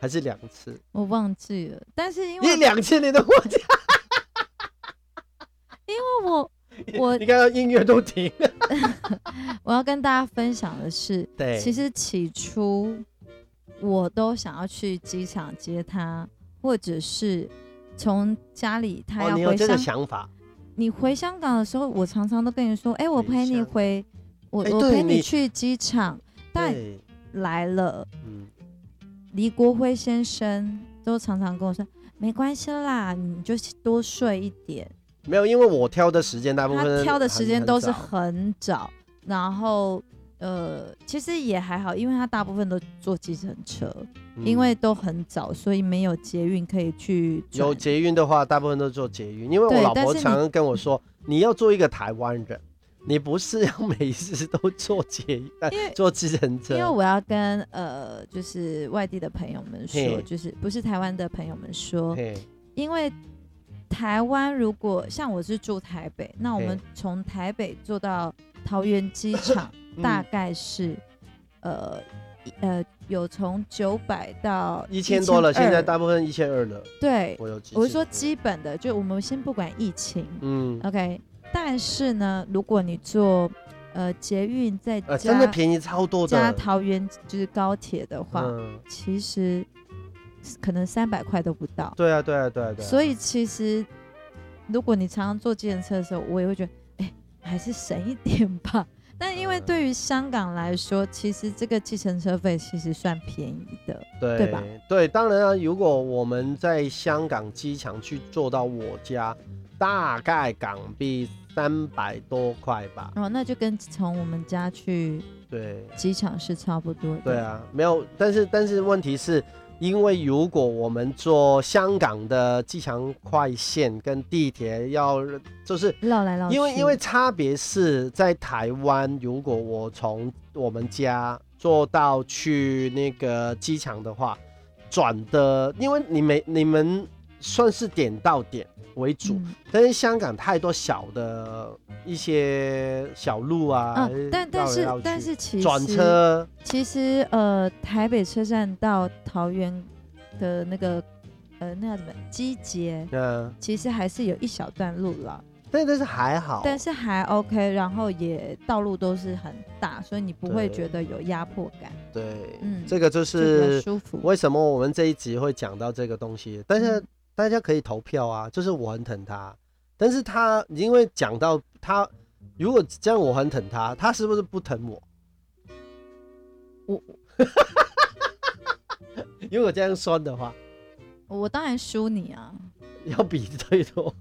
[SPEAKER 3] 还是两次？
[SPEAKER 4] 我忘记了，但是因为
[SPEAKER 3] 你两次你都忘记？
[SPEAKER 4] 因为我我
[SPEAKER 3] [laughs] 你看到音乐都停了。
[SPEAKER 4] 我要跟大家分享的是，
[SPEAKER 3] 对，
[SPEAKER 4] [laughs] 其实起初我都想要去机场接他，或者是从家里他
[SPEAKER 3] 哦，
[SPEAKER 4] 要
[SPEAKER 3] 你有
[SPEAKER 4] 回
[SPEAKER 3] 这个
[SPEAKER 4] 香。
[SPEAKER 3] 想法，
[SPEAKER 4] 你回香港的时候，我常常都跟你说，哎、我
[SPEAKER 3] 回
[SPEAKER 4] 陪你
[SPEAKER 3] 香
[SPEAKER 4] 回，我、
[SPEAKER 3] 哎
[SPEAKER 4] 我
[SPEAKER 3] 对
[SPEAKER 4] 陪
[SPEAKER 3] 你
[SPEAKER 4] 你去机场。但
[SPEAKER 3] 对，
[SPEAKER 4] 来了，
[SPEAKER 3] 嗯，
[SPEAKER 4] 黎国辉先生都常常跟我说，没关系啦，你就多睡一点。
[SPEAKER 3] 没有，因为我挑的时间大部
[SPEAKER 4] 他
[SPEAKER 3] 分
[SPEAKER 4] 挑的时间都是
[SPEAKER 3] 很早
[SPEAKER 4] 很早，然后呃，其实也还好，因为他大部分都坐计程车，
[SPEAKER 3] 嗯
[SPEAKER 4] 因为都很早，所以没有捷运可以去转
[SPEAKER 3] 有捷运的话，大部分都坐捷运，因为我
[SPEAKER 4] 对
[SPEAKER 3] 老
[SPEAKER 4] 但
[SPEAKER 3] 婆
[SPEAKER 4] 是你
[SPEAKER 3] 常常跟我说，你要做一个台湾人，你不是要每次都坐捷运、呃
[SPEAKER 4] 因为
[SPEAKER 3] 坐计程
[SPEAKER 4] 因为
[SPEAKER 3] 车。
[SPEAKER 4] 我要跟呃，就是外地的朋友们说
[SPEAKER 3] 嘿，
[SPEAKER 4] 就是不是台湾的朋友们说，
[SPEAKER 3] 嘿，
[SPEAKER 4] 因为台湾如果像我是住台北，那我们从台北坐到桃园机场
[SPEAKER 3] 嗯
[SPEAKER 4] 大概是、呃一呃有从九百到
[SPEAKER 3] 一千多了，现在
[SPEAKER 4] 1200
[SPEAKER 3] 大部分一千二了。
[SPEAKER 4] 对，
[SPEAKER 3] 我有记性，
[SPEAKER 4] 我是说基本的，就我们先不管疫情、
[SPEAKER 3] 嗯
[SPEAKER 4] o k 但是呢，如果你坐呃捷运再加、
[SPEAKER 3] 呃，真的便宜超多的。
[SPEAKER 4] 加桃园就是高铁的话，
[SPEAKER 3] 嗯，
[SPEAKER 4] 其实可能三百块都不到。
[SPEAKER 3] 对啊，对啊，对啊，对啊。
[SPEAKER 4] 所以其实，如果你常常坐计程车的时候，我也会觉得，哎、还是省一点吧。但因为
[SPEAKER 3] 嗯
[SPEAKER 4] 对于香港来说，其实这个计程车费其实算便宜的。
[SPEAKER 3] 对
[SPEAKER 4] 对吧
[SPEAKER 3] 对当然啊，如果我们在香港机场去坐到我家，大概港币三百多块吧。
[SPEAKER 4] 哦，那就跟从我们家去
[SPEAKER 3] 对，
[SPEAKER 4] 机场是差不多的。
[SPEAKER 3] 对，啊，没有，但是但是问题是，因为如果我们坐香港的机场快线跟地铁要，就是
[SPEAKER 4] 绕来绕去。
[SPEAKER 3] 因为因为差别是在台湾，如果我从我们家坐到去那个机场的话，转的，因为你们你们算是点到点为主，
[SPEAKER 4] 嗯
[SPEAKER 3] 但是香港太多小的一些小路啊，
[SPEAKER 4] 啊
[SPEAKER 3] 还
[SPEAKER 4] 但但
[SPEAKER 3] 绕来
[SPEAKER 4] 是
[SPEAKER 3] 绕去
[SPEAKER 4] 但是其实
[SPEAKER 3] 转车，
[SPEAKER 4] 其实呃，台北车站到桃园的那个呃那叫什么机捷，
[SPEAKER 3] 嗯、
[SPEAKER 4] 其实还是有一小段路了，
[SPEAKER 3] 但但是还好，嗯
[SPEAKER 4] 但是还 OK，然后也道路都是很大，所以你不会
[SPEAKER 3] 对
[SPEAKER 4] 觉得有压迫感，
[SPEAKER 3] 对，
[SPEAKER 4] 嗯
[SPEAKER 3] 这个就
[SPEAKER 4] 就比较
[SPEAKER 3] 是
[SPEAKER 4] 舒服。
[SPEAKER 3] 为什么我们这一集会讲到这个东西，但是
[SPEAKER 4] 嗯
[SPEAKER 3] 大家可以投票啊，就是我很疼他，但是他因为讲到他，如果这样我很疼他，他是不是不疼我？
[SPEAKER 4] 我
[SPEAKER 3] [laughs] 如果这样算的话，
[SPEAKER 4] 我当然输你啊，
[SPEAKER 3] 要比对多，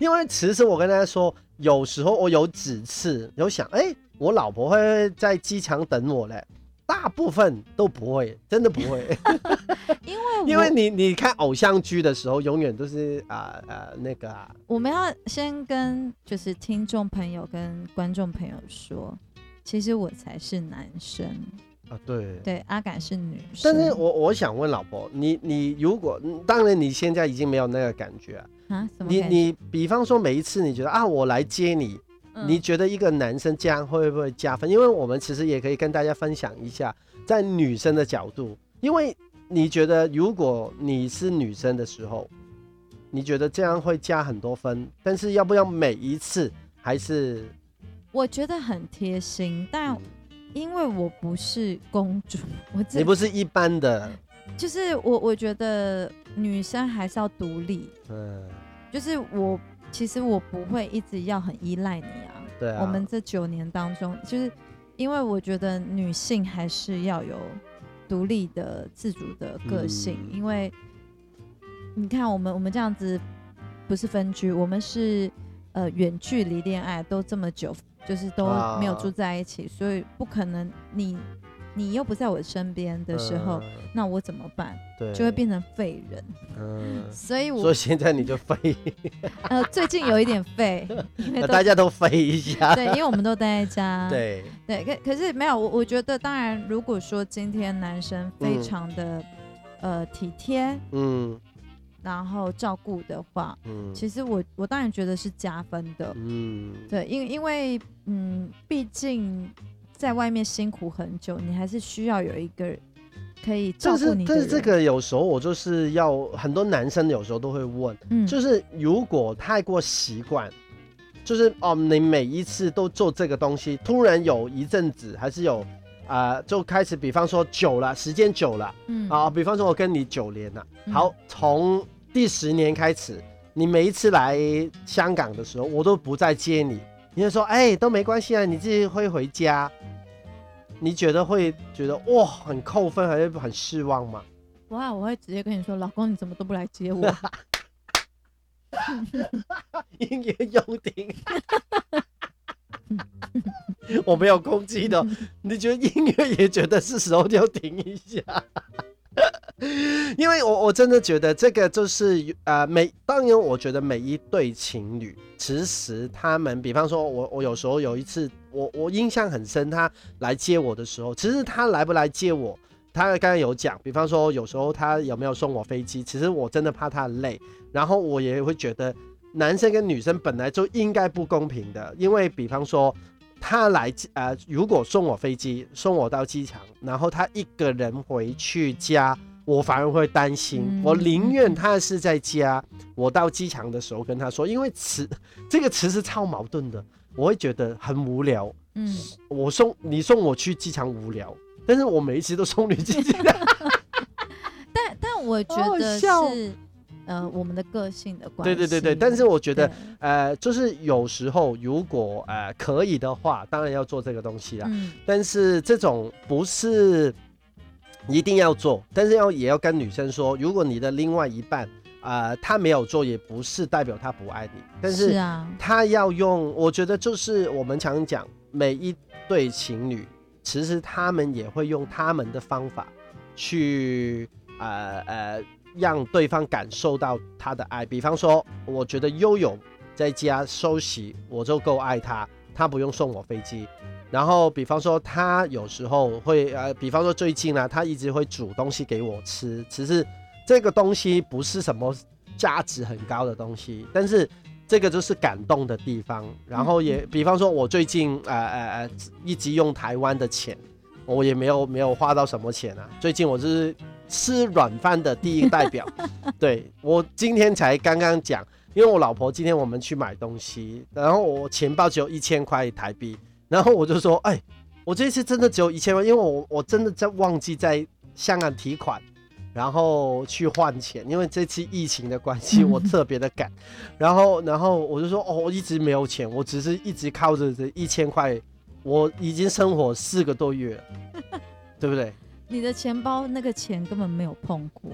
[SPEAKER 3] 因为其实我跟大家说，有时候我有几次有想，哎、我老婆会不会在机场等我嘞？大部分都不会，真的不会。
[SPEAKER 4] 因为 [laughs] 我
[SPEAKER 3] 因为你你看偶像剧的时候，永远都是啊啊、那个啊，
[SPEAKER 4] 我们要先跟就是听众朋友跟观众朋友说，其实我才是男生，
[SPEAKER 3] 啊对。
[SPEAKER 4] 对，阿感是女生。
[SPEAKER 3] 但是我我想问老婆，你你如果嗯当然你现在已经没有那个感觉啊，
[SPEAKER 4] 啊，什么
[SPEAKER 3] 你
[SPEAKER 4] 感觉？
[SPEAKER 3] 你比方说每一次你觉得啊我来接你，
[SPEAKER 4] 嗯
[SPEAKER 3] 你觉得一个男生这样会不会加分？因为我们其实也可以跟大家分享一下，在女生的角度，因为你觉得如果你是女生的时候，你觉得这样会加很多分，但是要不要每一次还是
[SPEAKER 4] 我觉得很贴心，但
[SPEAKER 3] 嗯
[SPEAKER 4] 因为我不是公主，我只
[SPEAKER 3] 你不是一般的，
[SPEAKER 4] 就是我，我觉得女生还是要独立。
[SPEAKER 3] 嗯，
[SPEAKER 4] 就是我，其实我不会一直要很依赖你啊。
[SPEAKER 3] 对啊，
[SPEAKER 4] 我们这九年当中，就是因为我觉得女性还是要有独立的、自主的个性，
[SPEAKER 3] 嗯
[SPEAKER 4] 因为你看，我们我们这样子不是分居，我们是呃远距离恋爱，都这么久，就是都没有
[SPEAKER 3] 啊
[SPEAKER 4] 住在一起，所以不可能你你又不在我身边的时候，
[SPEAKER 3] 嗯
[SPEAKER 4] 那我怎么办？
[SPEAKER 3] 对，
[SPEAKER 4] 就会变成废人，
[SPEAKER 3] 嗯，
[SPEAKER 4] 所以
[SPEAKER 3] 所
[SPEAKER 4] 我
[SPEAKER 3] 以现在你
[SPEAKER 4] [laughs]
[SPEAKER 3] 就飞，
[SPEAKER 4] 呃最近有一点废，因为都啊
[SPEAKER 3] 大家都飞
[SPEAKER 4] [laughs]
[SPEAKER 3] 一下，
[SPEAKER 4] 对，因为我们都待在家，
[SPEAKER 3] [laughs] 对，
[SPEAKER 4] 对，可可是没有我，我觉得当然，如果说今天男生非常的、呃体贴，
[SPEAKER 3] 嗯
[SPEAKER 4] 然后照顾的话，
[SPEAKER 3] 嗯，
[SPEAKER 4] 其实我我当然觉得是加分的。
[SPEAKER 3] 嗯，
[SPEAKER 4] 对，因因为嗯，毕竟在外面辛苦很久，你还是需要有一个可以照
[SPEAKER 3] 但
[SPEAKER 4] 顾
[SPEAKER 3] 是
[SPEAKER 4] 你的
[SPEAKER 3] 但
[SPEAKER 4] 人。
[SPEAKER 3] 是这个有时候我就是要很多男生有时候都会问，
[SPEAKER 4] 嗯，
[SPEAKER 3] 就是如果太过习惯，就是哦，你每一次都做这个东西，突然有一阵子还是有，啊，就开始，比方说久了，时间久了
[SPEAKER 4] 嗯
[SPEAKER 3] 啊、比方说我跟你九年了，
[SPEAKER 4] 嗯
[SPEAKER 3] 好，从第十年开始，你每一次来香港的时候，我都不再接你，你就说，哎、都没关系啊，你自己会回家，你觉得会觉得哇很扣分，还是很失望吗？
[SPEAKER 4] 哇，我会直接跟你说，老公你怎么都不来接
[SPEAKER 3] [laughs]
[SPEAKER 4] 我？
[SPEAKER 3] 英语优点。我没有攻击的哦，你觉得音乐也觉得是时候就停一下，因为我我真的觉得这个就是呃每当然我觉得每一对情侣，其实他们比方说我我有时候有一次我我印象很深，他来接我的时候，其实他来不来接我，他刚刚有讲，比方说有时候他有没有送我飞机，其实我真的怕他累，然后我也会觉得男生跟女生本来就应该不公平的，因为比方说他来呃，如果送我飞机，送我到机场，然后他一个人回去家，我反而会担心，
[SPEAKER 4] 嗯
[SPEAKER 3] 我宁愿他是在家，我到机场的时候跟他说，因为词这个词是超矛盾的，我会觉得很无聊。
[SPEAKER 4] 嗯，
[SPEAKER 3] 我送你送我去机场无聊，但是我每一次都送你去机场，
[SPEAKER 4] 但但我觉
[SPEAKER 3] 好好
[SPEAKER 4] 得
[SPEAKER 3] 笑哦
[SPEAKER 4] 是呃我们的个性的关系。
[SPEAKER 3] [laughs] 对对对对， [laughs] 但是我觉得
[SPEAKER 4] 对
[SPEAKER 3] 呃，就是有时候如果呃可以的话，当然要做这个东西啦。
[SPEAKER 4] 嗯
[SPEAKER 3] 但是这种不是一定要做，但是要也要跟女生说，如果你的另外一半啊、呃他没有做，也不是代表他不爱你，但
[SPEAKER 4] 是
[SPEAKER 3] 是
[SPEAKER 4] 啊，
[SPEAKER 3] 他要用，我觉得就是我们常讲每一对情侣，其实他们也会用他们的方法去呃呃让对方感受到他的爱。比方说，我觉得悠悠在家休息，我就够爱他，他不用送我飞机。然后，比方说他有时候会呃，比方说最近呢、他一直会煮东西给我吃。其实这个东西不是什么价值很高的东西，但是。这个就是感动的地方，然后也比方说，我最近呃呃呃一直用台湾的钱，我也没有没有花到什么钱啊。最近我就是吃软饭的第一代表，对我今天才刚刚讲，因为我老婆今天我们去买东西，然后我钱包只有一千块台币，然后我就说，哎，我这次真的只有一千块，因为我我真的在忘记在香港提款。然后去换钱，因为这次疫情的关系，我特别的赶。然后，然后我就说，哦，我一直没有钱，我只是一直靠着这一千块我已经生活四个多月了，对不对？
[SPEAKER 4] 你的钱包那个钱根本没有碰
[SPEAKER 3] [laughs]
[SPEAKER 4] 过。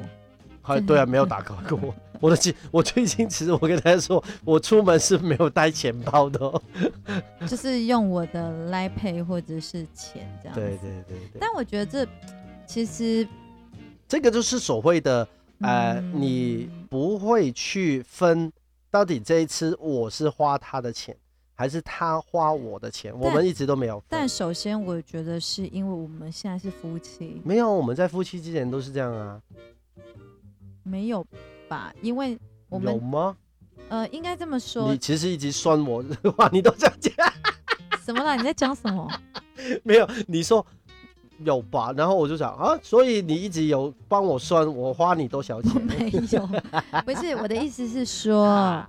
[SPEAKER 3] 还
[SPEAKER 4] 真的
[SPEAKER 3] 对啊，没有打开过。我的钱，我最近其实我跟大家说，我出门是没有带钱包的哦。
[SPEAKER 4] 就是用我的来 pay 或者是钱这样。
[SPEAKER 3] 对。对对对，
[SPEAKER 4] 但我觉得这其实
[SPEAKER 3] 这个就是所谓的呃，
[SPEAKER 4] 嗯
[SPEAKER 3] 你不会去分到底这一次我是花他的钱，还是他花我的钱，我
[SPEAKER 4] 但
[SPEAKER 3] 们一直都没有分。
[SPEAKER 4] 但首先我觉得是因为我们现在是夫妻，
[SPEAKER 3] 没有，我们在夫妻之前都是这样啊。
[SPEAKER 4] 没有吧？因为我
[SPEAKER 3] 有
[SPEAKER 4] 们
[SPEAKER 3] 吗？
[SPEAKER 4] 呃，应该这么说
[SPEAKER 3] 你，其实一直酸我， [laughs] 哇，你都这样讲。
[SPEAKER 4] 什么啦？你在讲什么？
[SPEAKER 3] 没有，你说有吧？然后我就想啊，所以你一直有帮我算，我花你多少
[SPEAKER 4] 我 [laughs]
[SPEAKER 3] 钱？
[SPEAKER 4] 没
[SPEAKER 3] [laughs]
[SPEAKER 4] 有，不是我的意思是说，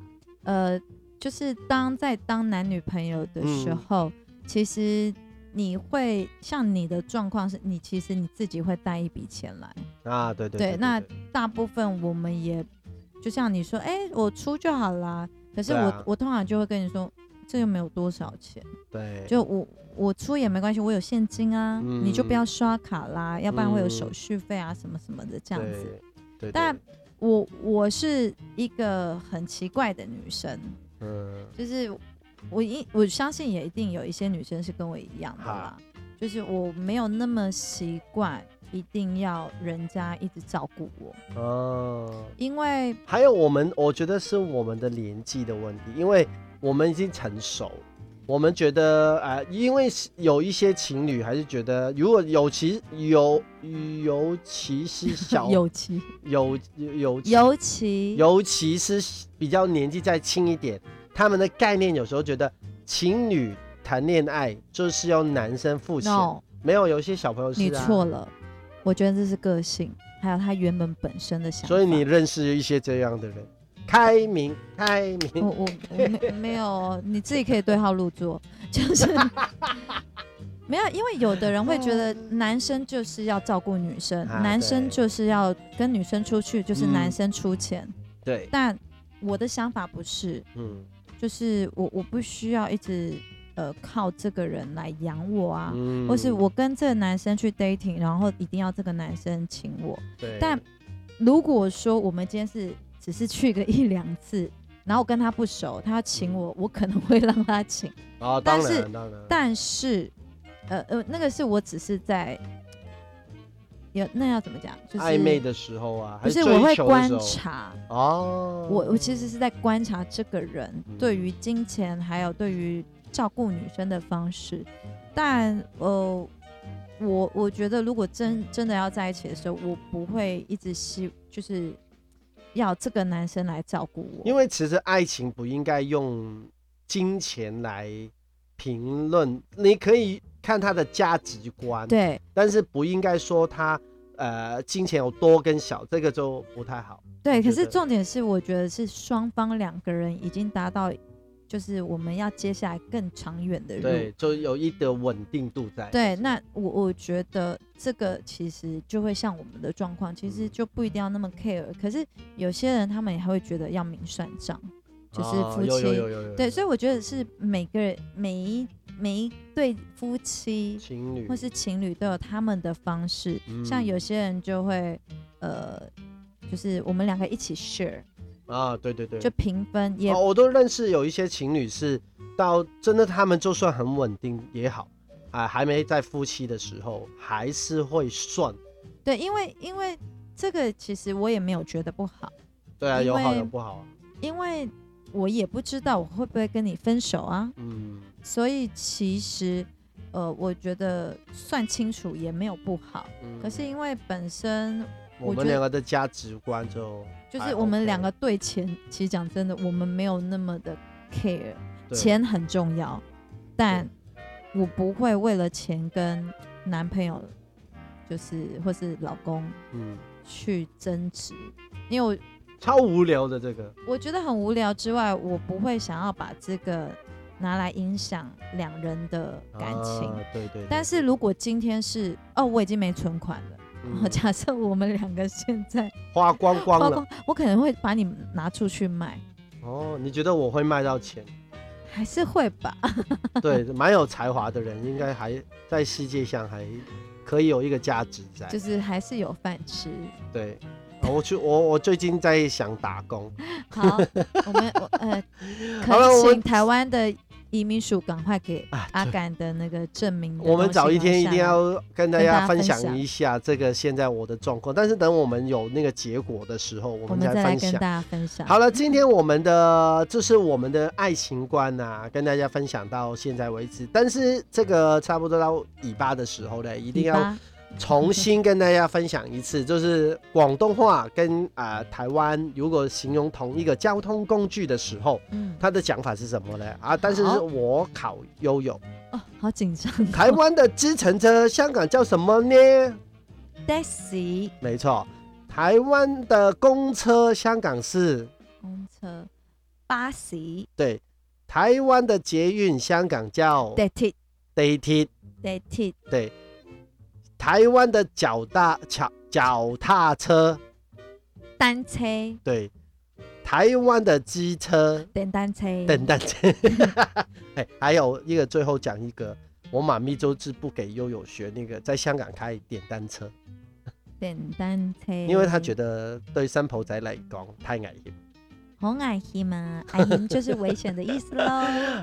[SPEAKER 4] 呃，就是当在当男女朋友的时
[SPEAKER 3] 嗯
[SPEAKER 4] 候，其实你会像你的状况是，你其实你自己会带一笔钱来。
[SPEAKER 3] 啊，对对
[SPEAKER 4] 对
[SPEAKER 3] 对，
[SPEAKER 4] 那大部分我们也就像你说，哎、我出就好啦。可是我、
[SPEAKER 3] 对啊
[SPEAKER 4] 我通常就会跟你说，这又没有多少钱，
[SPEAKER 3] 对
[SPEAKER 4] 就我我出也没关系，我有现金啊，你就不要刷卡啦，要不然会有
[SPEAKER 3] 嗯
[SPEAKER 4] 手续费啊什么什么的这样子。，
[SPEAKER 3] 对对对，
[SPEAKER 4] 但我我是一个很奇怪的女生，
[SPEAKER 3] 嗯，
[SPEAKER 4] 就是我一我相信也一定有一些女生是跟我一样的啦
[SPEAKER 3] 哈，
[SPEAKER 4] 就是我没有那么习惯一定要人家一直照顾我，
[SPEAKER 3] 哦，
[SPEAKER 4] 因为
[SPEAKER 3] 还有我们，我觉得是我们的年纪的问题，因为我们已经成熟。我们觉得，呃，因为是有一些情侣还是觉得，如果有其有，尤其是
[SPEAKER 4] [laughs]
[SPEAKER 3] 小
[SPEAKER 4] 尤其
[SPEAKER 3] 有有
[SPEAKER 4] 尤其
[SPEAKER 3] 尤其是比较年纪再轻一点，他们的概念有时候觉得情侣谈恋爱就是要男生付钱
[SPEAKER 4] no，
[SPEAKER 3] 没有有一些小朋友是、啊、
[SPEAKER 4] 你错，了，我觉得这是个性，还有他原本本身的想法。
[SPEAKER 3] 所以你认识一些这样的人，开明，开明
[SPEAKER 4] 我。我我
[SPEAKER 3] [laughs]
[SPEAKER 4] 没没有，你自己可以对号入座， [laughs] 就是没有，因为有的人会觉得男生就是要照顾女生，
[SPEAKER 3] 啊
[SPEAKER 4] 男生
[SPEAKER 3] 对
[SPEAKER 4] 就是要跟女生出去，就是
[SPEAKER 3] 嗯
[SPEAKER 4] 男生出钱。
[SPEAKER 3] 对，
[SPEAKER 4] 但我的想法不是，
[SPEAKER 3] 嗯
[SPEAKER 4] 就是我我不需要一直呃靠这个人来养我啊。
[SPEAKER 3] 嗯
[SPEAKER 4] 或是我跟这个男生去 dating，然后一定要这个男生请我。
[SPEAKER 3] 对
[SPEAKER 4] 但如果说我们今天是只是去个一两次， [laughs] 然后我跟他不熟，他请
[SPEAKER 3] 嗯
[SPEAKER 4] 我，我可能会让他请。
[SPEAKER 3] 哦，当
[SPEAKER 4] 但是
[SPEAKER 3] 然当然，
[SPEAKER 4] 但是，呃呃，那个是我只是在有那要怎么讲，就是
[SPEAKER 3] 暧昧的时候啊，还
[SPEAKER 4] 不是
[SPEAKER 3] 追
[SPEAKER 4] 我会
[SPEAKER 3] 求的
[SPEAKER 4] 观
[SPEAKER 3] 时候
[SPEAKER 4] 察，
[SPEAKER 3] 哦，
[SPEAKER 4] 我我其实是在观察这个人
[SPEAKER 3] 嗯
[SPEAKER 4] 对于金钱还有对于照顾女生的方式，但呃，我我觉得如果真真的要在一起的时候，我不会一直希就是要这个男生来照顾我，
[SPEAKER 3] 因为其实爱情不应该用金钱来评论，你可以看他的价值观，
[SPEAKER 4] 对
[SPEAKER 3] 但是不应该说他呃金钱有多跟少，这个就不太好。
[SPEAKER 4] 对，
[SPEAKER 3] 我觉
[SPEAKER 4] 可是
[SPEAKER 3] 得
[SPEAKER 4] 重点是我觉得是双方两个人已经达到就是我们要接下来更长远的路，
[SPEAKER 3] 对，就有一点稳定度在。
[SPEAKER 4] 嗯对，那我我觉得这个其实就会像我们的状况，其
[SPEAKER 3] 嗯
[SPEAKER 4] 实就不一定要那么 care。可是有些人他们也会觉得要明算账，就是
[SPEAKER 3] 哦
[SPEAKER 4] 夫
[SPEAKER 3] 有有
[SPEAKER 4] 妻
[SPEAKER 3] 有有有
[SPEAKER 4] 对，所以
[SPEAKER 3] 以
[SPEAKER 4] 我觉得是每个人每一每一对夫妻
[SPEAKER 3] 情侣
[SPEAKER 4] 或是情侣都有他们的方式，像
[SPEAKER 3] 嗯
[SPEAKER 4] 有些人就会呃，就是我们两个一起 share
[SPEAKER 3] 啊，对对对，
[SPEAKER 4] 就平分，也
[SPEAKER 3] 哦，我都认识有一些情侣是到真的，他们就算很稳定也好，啊，还没在夫妻的时候，还是会算。
[SPEAKER 4] 对，因为因为这个其实我也没有觉得不好。
[SPEAKER 3] 对啊，
[SPEAKER 4] 因
[SPEAKER 3] 有好
[SPEAKER 4] 为
[SPEAKER 3] 有不好啊。
[SPEAKER 4] 因为我也不知道我会不会跟你分手啊，
[SPEAKER 3] 嗯，
[SPEAKER 4] 所以其实，呃，我觉得算清楚也没有不好。
[SPEAKER 3] 嗯
[SPEAKER 4] 可是因为本身
[SPEAKER 3] 我
[SPEAKER 4] 我觉
[SPEAKER 3] 们
[SPEAKER 4] 得
[SPEAKER 3] 两个的价值观就
[SPEAKER 4] 就是
[SPEAKER 3] 还
[SPEAKER 4] 我们
[SPEAKER 3] OK
[SPEAKER 4] 两个对钱，其实讲真的，我们没有那么的 care，
[SPEAKER 3] 对
[SPEAKER 4] 钱很重要，但我不会为了钱跟男朋友，就是或是老公
[SPEAKER 3] 嗯
[SPEAKER 4] 去争执，因为我
[SPEAKER 3] 超无聊的这个，
[SPEAKER 4] 我觉得很无聊之外，我不会想要把这个拿来影响两人的感情。
[SPEAKER 3] 啊对对对。
[SPEAKER 4] 但是 [laughs] 如果今天是哦，我已经没存款了，
[SPEAKER 3] 嗯
[SPEAKER 4] 假设我们两个现
[SPEAKER 3] [laughs]
[SPEAKER 4] 在
[SPEAKER 3] 花光光
[SPEAKER 4] 包
[SPEAKER 3] 了
[SPEAKER 4] 括我可能会把你拿出去卖，
[SPEAKER 3] 哦，你觉得我会卖到钱？
[SPEAKER 4] 还是会吧？ [laughs]
[SPEAKER 3] 对，蛮有才华的人应该还在世界上还可以有一个价值在。
[SPEAKER 4] 就是还是有饭吃。
[SPEAKER 3] 对，啊我去，我我最近在想打工。
[SPEAKER 4] 好，我们我呃，
[SPEAKER 3] 好了
[SPEAKER 4] 恳
[SPEAKER 3] 我们
[SPEAKER 4] 请台湾的移民署赶快给
[SPEAKER 3] 啊
[SPEAKER 4] 阿甘的那个证明的
[SPEAKER 3] 我
[SPEAKER 4] 东
[SPEAKER 3] 们
[SPEAKER 4] 西
[SPEAKER 3] 早一天一
[SPEAKER 4] 拿
[SPEAKER 3] 定
[SPEAKER 4] 下来
[SPEAKER 3] 要跟大
[SPEAKER 4] 跟大
[SPEAKER 3] 家
[SPEAKER 4] 家
[SPEAKER 3] 分
[SPEAKER 4] 分
[SPEAKER 3] 享
[SPEAKER 4] 享
[SPEAKER 3] 一下这个现在我的状况，但是等我们有那个结果的时候，我
[SPEAKER 4] 我
[SPEAKER 3] 们
[SPEAKER 4] 们再来
[SPEAKER 3] 分
[SPEAKER 4] 跟
[SPEAKER 3] 享
[SPEAKER 4] 大。家分享。
[SPEAKER 3] 好了，今天我们的这是我们的爱情观呐、跟大家分享到现在为止。但是这个差不多到尾巴的时候呢，一
[SPEAKER 4] 一
[SPEAKER 3] 定要重新跟大家分享一次，就是广东话跟啊、台湾如果形容同一个交通工具的时候，
[SPEAKER 4] 嗯
[SPEAKER 3] 它的讲法是什么呢？啊，但是
[SPEAKER 4] 好
[SPEAKER 3] 是我考悠悠。
[SPEAKER 4] 哦，好紧张、
[SPEAKER 3] 台湾的计程车，香港叫什么呢？
[SPEAKER 4] taxi
[SPEAKER 3] 没错，台湾的公车，香港是
[SPEAKER 4] 公车、巴士、
[SPEAKER 3] 对。台湾的捷运，香港叫
[SPEAKER 4] 地铁、
[SPEAKER 3] 地铁，
[SPEAKER 4] 地铁、
[SPEAKER 3] 对。台湾的脚踏脚脚踏车，
[SPEAKER 4] 单车、
[SPEAKER 3] 对。台湾的机车，
[SPEAKER 4] 电单车、
[SPEAKER 3] 等 [laughs] 等车。哎，还有一个，最后讲一个，我妈咪就是不给悠悠学那个在香港开电单车，
[SPEAKER 4] 电单车，
[SPEAKER 3] 因为她觉
[SPEAKER 4] 得
[SPEAKER 3] 得对新抱仔嚟讲太危险。
[SPEAKER 4] 好危险嘛，危险就是危险的意思 [laughs] 喽。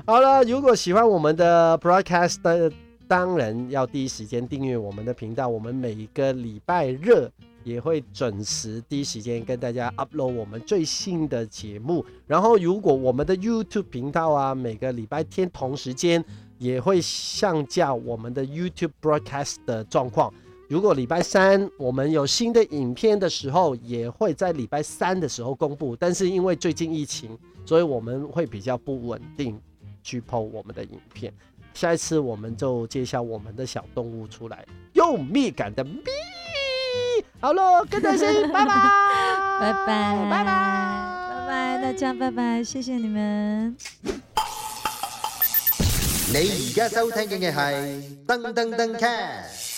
[SPEAKER 3] 好了，如果喜欢我们的 broadcast 的，当然要第一时间订阅我们的频道。我们每一个礼拜日也会准时第一时间跟大家 upload 我们最新的节目。然后，如果我们的 YouTube 频道啊，每个礼拜天同时间也会上架我们的 YouTube broadcast 的状况。如果礼拜三我们有新的影片的时候，也会在礼拜三的时候公布。但是因为最近疫情，所以我们会比较不稳定去 PO 我们的影片。下一次我们就介绍我们的小动物出来，有蜜感的咪。好喽，跟着声音，拜拜，
[SPEAKER 4] 拜拜，
[SPEAKER 3] 拜拜，
[SPEAKER 4] 拜拜。拜，大家拜拜，谢谢你们。
[SPEAKER 1] 你而家收聽嘅係噔噔噔 c a